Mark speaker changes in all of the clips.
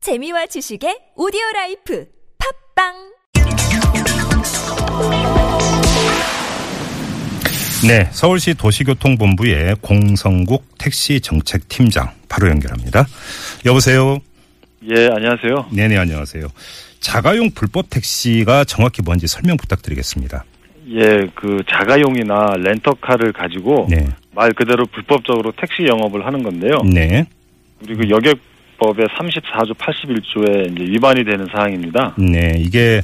Speaker 1: 재미와 지식의 오디오 라이프 팝빵
Speaker 2: 네, 서울시 도시교통본부의 공성국 택시 정책 팀장 바로 연결합니다. 여보세요.
Speaker 3: 예, 안녕하세요.
Speaker 2: 네네 안녕하세요. 자가용 불법 택시가 정확히 뭔지 설명 부탁드리겠습니다.
Speaker 3: 예, 그 자가용이나 렌터카를 가지고
Speaker 2: 네,
Speaker 3: 말 그대로 불법적으로 택시 영업을 하는 건데요.
Speaker 2: 네,
Speaker 3: 그리고 여객법의 34조 81조에 이제 위반이 되는 사항입니다.
Speaker 2: 네. 이게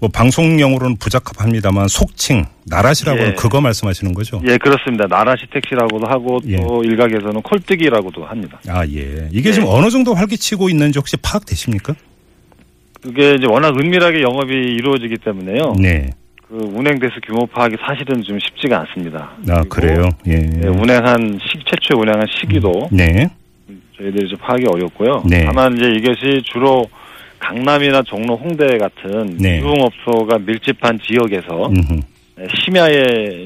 Speaker 2: 뭐 방송용으로는 부적합합니다만 속칭 나라시라고 하는
Speaker 3: 예.
Speaker 2: 그거 말씀하시는 거죠?
Speaker 3: 예, 그렇습니다. 나라시 택시라고도 하고
Speaker 2: 예.
Speaker 3: 또 일각에서는 콜뜨기라고도 합니다.
Speaker 2: 아 예. 이게 지금
Speaker 3: 네.
Speaker 2: 어느 정도 활기치고 있는지 혹시 파악되십니까?
Speaker 3: 그게 이제 워낙 은밀하게 영업이 이루어지기 때문에요.
Speaker 2: 네.
Speaker 3: 그 운행 대수 규모 파악이 사실은 좀 쉽지가 않습니다.
Speaker 2: 아
Speaker 3: 그리고
Speaker 2: 그래요. 예.
Speaker 3: 예, 운행한 시, 최초에 운행한 시기도
Speaker 2: 네.
Speaker 3: 저희들이 좀 파악이 어렵고요.
Speaker 2: 네.
Speaker 3: 다만 이제 이것이 주로 강남이나 종로, 홍대 같은
Speaker 2: 네.
Speaker 3: 유흥업소가 밀집한 지역에서 네,
Speaker 2: 음흠.
Speaker 3: 심야에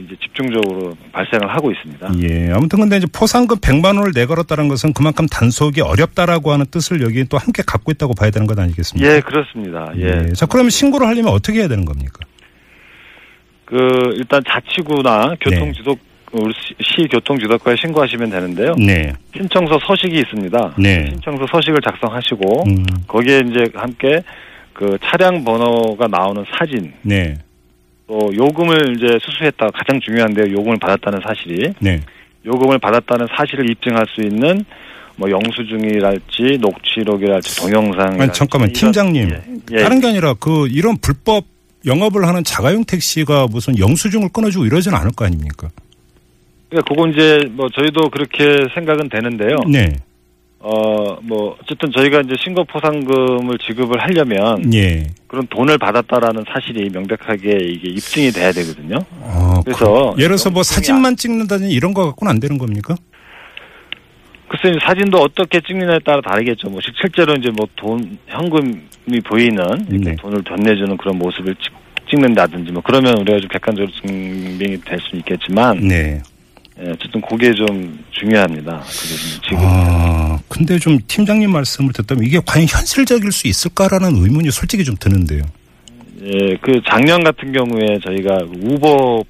Speaker 3: 이제 집중적으로 발생을 하고 있습니다.
Speaker 2: 예. 아무튼 근데 이제 포상금 100만 원을 내걸었다는 것은 그만큼 단속이 어렵다라고 하는 뜻을 여기 또 함께 갖고 있다고 봐야 되는 것 아니겠습니까?
Speaker 3: 예, 그렇습니다. 예.
Speaker 2: 자, 그러면 신고를 하려면 어떻게 해야 되는 겁니까?
Speaker 3: 그 일단 자치구나 교통지도 우리 시- 시 교통지도과에 신고하시면 되는데요.
Speaker 2: 네.
Speaker 3: 신청서 서식이 있습니다.
Speaker 2: 네.
Speaker 3: 신청서 서식을 작성하시고
Speaker 2: 음,
Speaker 3: 거기에 이제 함께 그 차량 번호가 나오는 사진
Speaker 2: 네.
Speaker 3: 또 요금을 이제 수수했다 가장 중요한데 요금을 받았다는 사실이
Speaker 2: 네.
Speaker 3: 요금을 받았다는 사실을 입증할 수 있는 뭐 영수증이랄지 녹취록이랄지 동영상
Speaker 2: 아니, 잠깐만, 팀장님.
Speaker 3: 예, 예.
Speaker 2: 다른 게 아니라 그 이런 불법 영업을 하는 자가용 택시가 무슨 영수증을 끊어주고 이러진 않을 거 아닙니까?
Speaker 3: 그러니까 그건 이제 뭐 저희도 그렇게 생각은 되는데요.
Speaker 2: 네.
Speaker 3: 어 뭐 어쨌든 저희가 이제 신고 포상금을 지급을 하려면
Speaker 2: 예.
Speaker 3: 그런 돈을 받았다라는 사실이 명백하게 이게 입증이 돼야 되거든요.
Speaker 2: 아,
Speaker 3: 그래서
Speaker 2: 예를 들어서 뭐
Speaker 3: 영수증이
Speaker 2: 사진만 찍는다든지 이런 거 갖고는 안 되는 겁니까?
Speaker 3: 글쎄 이제 사진도 어떻게 찍느냐에 따라 다르겠죠. 뭐 실- 실제로 이제 뭐 돈 현금이 보이는 이렇게
Speaker 2: 네.
Speaker 3: 돈을 전내주는 그런 모습을 찍, 찍는다든지 뭐 그러면 우리가 좀 객관적으로 증명이 될 수는 있겠지만
Speaker 2: 네.
Speaker 3: 예, 어쨌든 그게 좀 중요합니다. 그게 좀 지금
Speaker 2: 아, 근데 좀 팀장님 말씀을 듣다면 이게 과연 현실적일 수 있을까라는 의문이 솔직히 좀 드는데요.
Speaker 3: 예, 그 작년 같은 경우에 저희가 우버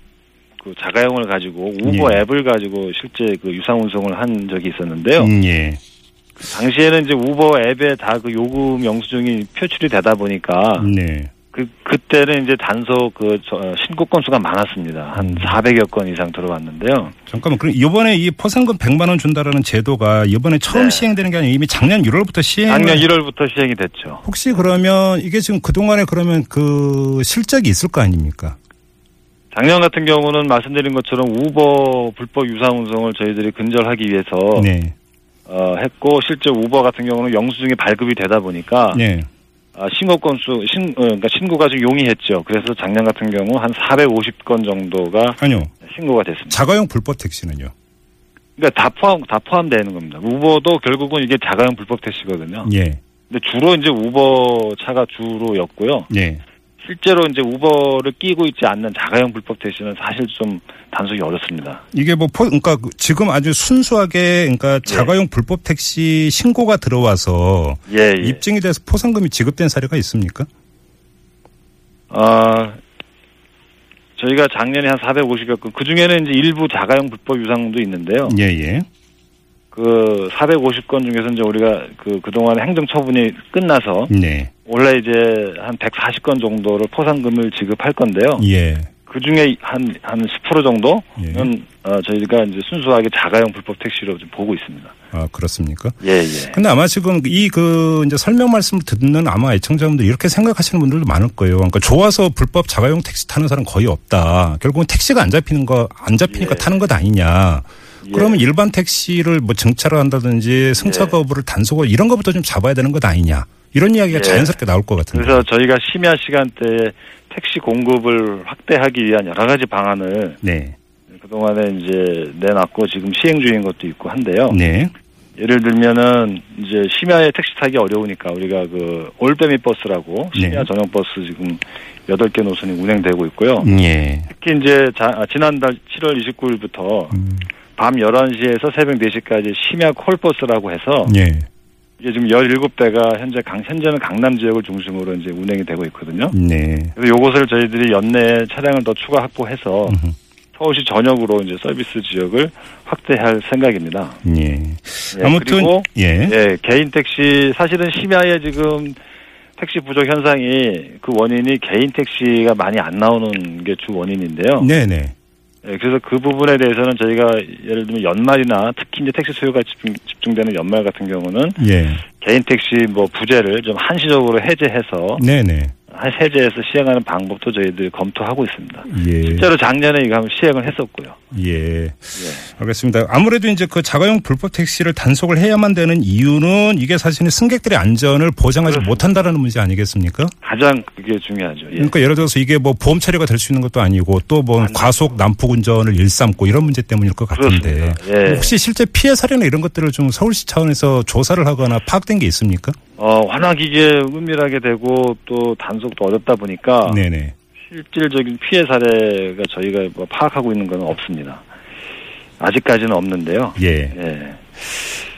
Speaker 3: 그 자가용을 가지고 우버
Speaker 2: 예.
Speaker 3: 앱을 가지고 실제 그 유상 운송을 한 적이 있었는데요.
Speaker 2: 음, 예.
Speaker 3: 당시에는 이제 우버 앱에 다 그 요금 영수증이 표출이 되다 보니까
Speaker 2: 네.
Speaker 3: 그 그때는 이제 단속 그 저- 어, 신고 건수가 많았습니다.
Speaker 2: 음.
Speaker 3: 한 400여 건 이상 들어왔는데요.
Speaker 2: 잠깐만. 그럼 이번에 이 포상금 100만 원 준다라는 제도가 이번에 처음
Speaker 3: 네.
Speaker 2: 시행되는 게 아니라 이미 작년 1월부터 시행
Speaker 3: 작년 1월부터 시행이 됐죠.
Speaker 2: 혹시 그러면 이게 지금 그동안에 그러면 그 실적이 있을 거 아닙니까?
Speaker 3: 작년 같은 경우는 말씀드린 것처럼 우버 불법 유상 운송을 저희들이 근절하기 위해서
Speaker 2: 네.
Speaker 3: 어, 했고 실제 우버 같은 경우는 영수증이 발급이 되다 보니까
Speaker 2: 네.
Speaker 3: 아, 신고 건수 신 어, 그러니까 신고가 좀 용이했죠. 그래서 작년 같은 경우 한 450건 정도가
Speaker 2: 아니요.
Speaker 3: 신고가 됐습니다.
Speaker 2: 자가용 불법 택시는요.
Speaker 3: 그러니까 다 포함 다 포함되는 겁니다. 우버도 결국은 이게 자가용 불법 택시거든요.
Speaker 2: 예.
Speaker 3: 근데 주로 이제 우버 차가 주로였고요.
Speaker 2: 예.
Speaker 3: 실제로 이제 우버를 끼고 있지 않는 자가용 불법 택시는 사실 좀 단속이 어렵습니다.
Speaker 2: 이게 뭐 포, 그러니까 지금 아주 순수하게
Speaker 3: 네.
Speaker 2: 그러니까 자가용 불법 택시 신고가 들어와서
Speaker 3: 예, 예.
Speaker 2: 입증이 돼서 포상금이 지급된 사례가 있습니까?
Speaker 3: 아, 저희가 작년에 한 450여 건, 그 중에는 이제 일부 자가용 불법 유상도 있는데요.
Speaker 2: 예, 예.
Speaker 3: 그 450건 중에서 이제 우리가 그, 그동안 행정 처분이 끝나서
Speaker 2: 네.
Speaker 3: 원래 이제 한 140건 정도를 포상금을 지급할 건데요.
Speaker 2: 예.
Speaker 3: 그 중에 한, 한 10% 정도는 어, 저희가 이제 순수하게 자가용 불법 택시로 좀 보고 있습니다.
Speaker 2: 아, 그렇습니까?
Speaker 3: 예, 예.
Speaker 2: 근데 아마 지금 이 그 이제 설명 말씀 듣는 아마 애청자분들 이렇게 생각하시는 분들도 많을 거예요. 그러니까 좋아서 불법 자가용 택시 타는 사람 거의 없다. 결국은 택시가 안 잡히는 거, 안 잡히니까
Speaker 3: 예.
Speaker 2: 타는 것 아니냐.
Speaker 3: 예.
Speaker 2: 그러면 일반 택시를 뭐 증차를 한다든지 승차
Speaker 3: 예.
Speaker 2: 거부를 단속을 이런 것부터 좀 잡아야 되는 것 아니냐. 이런 이야기가
Speaker 3: 예.
Speaker 2: 자연스럽게 나올 것 같은데.
Speaker 3: 그래서 저희가 심야 시간대에 택시 공급을 확대하기 위한 여러 가지 방안을
Speaker 2: 네.
Speaker 3: 그동안에 이제 내놨고 지금 시행 중인 것도 있고 한데요.
Speaker 2: 네.
Speaker 3: 예를 들면은 이제 심야에 택시 타기 어려우니까 우리가 그 올빼미 버스라고 심야
Speaker 2: 네.
Speaker 3: 전용 버스 지금 여덟 개 노선이 운행되고 있고요.
Speaker 2: 예.
Speaker 3: 특히 이제 자- 아, 지난달 7월
Speaker 2: 음.
Speaker 3: 네 29일부터 밤 11시에서 새벽 4시까지 심야 콜버스라고 해서
Speaker 2: 예.
Speaker 3: 이게 지금 17대가 현재 강, 현재는 강남 지역을 중심으로 이제 운행이 되고 있거든요.
Speaker 2: 네.
Speaker 3: 그래서 요것을 저희들이 연내에 차량을 더 추가 확보해서
Speaker 2: 음흠.
Speaker 3: 서울시 전역으로 이제 서비스 지역을 확대할 생각입니다.
Speaker 2: 예.
Speaker 3: 예,
Speaker 2: 아무튼
Speaker 3: 그리고
Speaker 2: 예.
Speaker 3: 예, 개인 택시 사실은 심야에 지금 택시 부족 현상이 그 원인이 개인 택시가 많이 안 나오는 게 주 원인인데요.
Speaker 2: 네, 네.
Speaker 3: 예, 그래서 그 부분에 대해서는 저희가 예를 들면 연말이나 특히 이제 택시 수요가 집중, 집중되는 연말 같은 경우는
Speaker 2: 예.
Speaker 3: 개인 택시 뭐 부재를 좀 한시적으로 해제해서
Speaker 2: 네, 네.
Speaker 3: 한 해제해서 시행하는 방법도 저희들이 검토하고 있습니다.
Speaker 2: 예.
Speaker 3: 실제로 작년에 이거 한번 시행을 했었고요.
Speaker 2: 예. 알겠습니다. 아무래도 이제 그 자가용 불법 택시를 단속을 해야만 되는 이유는 이게 사실은 승객들의 안전을 보장하지
Speaker 3: 그렇습니다.
Speaker 2: 못한다라는 문제 아니겠습니까?
Speaker 3: 가장 그게 중요하죠. 예.
Speaker 2: 그러니까 예를 들어서 이게 뭐 보험 처리가 될 수 있는 것도 아니고 또 뭐 과속 난폭 운전을 일삼고 이런 문제 때문일 것 같은데
Speaker 3: 그렇습니다. 예.
Speaker 2: 혹시 실제 피해 사례나 이런 것들을 좀 서울시 차원에서 조사를 하거나 파악된 게 있습니까?
Speaker 3: 어, 환화기계 은밀하게 되고 또 단속도 어렵다 보니까
Speaker 2: 네네.
Speaker 3: 실질적인 피해 사례가 저희가 뭐 파악하고 있는 건 없습니다. 아직까지는 없는데요.
Speaker 2: 예,
Speaker 3: 예.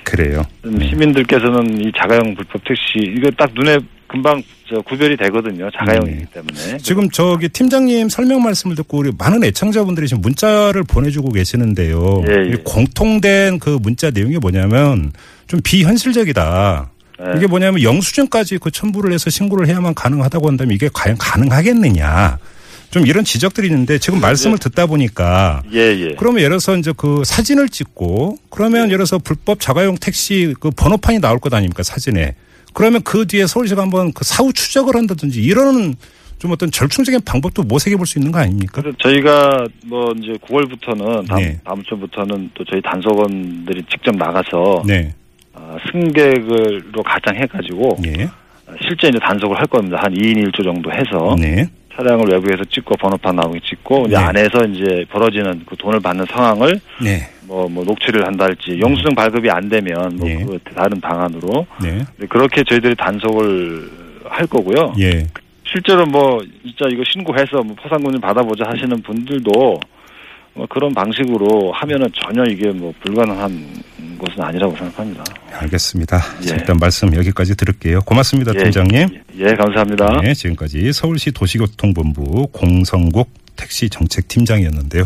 Speaker 2: 그래요.
Speaker 3: 좀 시민들께서는 이 자가용 불법 택시 이거 딱 눈에 금방 저 구별이 되거든요. 자가용이기 때문에.
Speaker 2: 지금 네. 저기 팀장님 설명 말씀을 듣고 우리 많은 애청자분들이 지금 문자를 보내주고 계시는데요.
Speaker 3: 예, 예.
Speaker 2: 이 공통된 그 문자 내용이 뭐냐면 좀 비현실적이다.
Speaker 3: 예.
Speaker 2: 이게 뭐냐면 영수증까지 그 첨부를 해서 신고를 해야만 가능하다고 한다면 이게 과연 가능하겠느냐. 좀 이런 지적들이 있는데
Speaker 3: 그렇죠.
Speaker 2: 지금 말씀을 듣다 보니까
Speaker 3: 예, 예.
Speaker 2: 그러면 예를 들어서 이제 그 사진을 찍고 그러면 예를 들어서 불법 자가용 택시 그 번호판이 나올 것 아닙니까 사진에 그러면 그 뒤에 서울시가 한번 그 사후 추적을 한다든지 이런 좀 어떤 절충적인 방법도 모색해 볼 수 있는 거 아닙니까?
Speaker 3: 그래서 저희가 뭐 이제 9월부터는 다음,
Speaker 2: 네.
Speaker 3: 다음 주부터는 또 저희 단속원들이 직접 나가서
Speaker 2: 네,
Speaker 3: 아, 승객으로 가장해가지고
Speaker 2: 예,
Speaker 3: 실제 이제 단속을 할 겁니다. 한 2인 1조 정도 해서
Speaker 2: 네,
Speaker 3: 차량을 외부에서 찍고 번호판 나오게 찍고 이제
Speaker 2: 네.
Speaker 3: 안에서 이제 벌어지는 그 돈을 받는 상황을
Speaker 2: 네,
Speaker 3: 뭐, 뭐 녹취를 한다 할지 영수증 발급이 안 되면 뭐
Speaker 2: 네.
Speaker 3: 그 다른 방안으로
Speaker 2: 네,
Speaker 3: 네, 그렇게 저희들이 단속을 할 거고요.
Speaker 2: 예,
Speaker 3: 실제로 뭐 진짜 이거 신고해서 뭐 포상금을 받아보자 하시는 분들도 뭐 그런 방식으로 하면은 전혀 이게 뭐 불가능한 것은 아니라고 생각합니다.
Speaker 2: 알겠습니다. 자,
Speaker 3: 예.
Speaker 2: 일단 말씀 여기까지 들을게요. 고맙습니다,
Speaker 3: 예.
Speaker 2: 팀장님.
Speaker 3: 예, 감사합니다.
Speaker 2: 네, 지금까지 서울시 도시교통본부 공성국 택시 정책팀장이었는데요.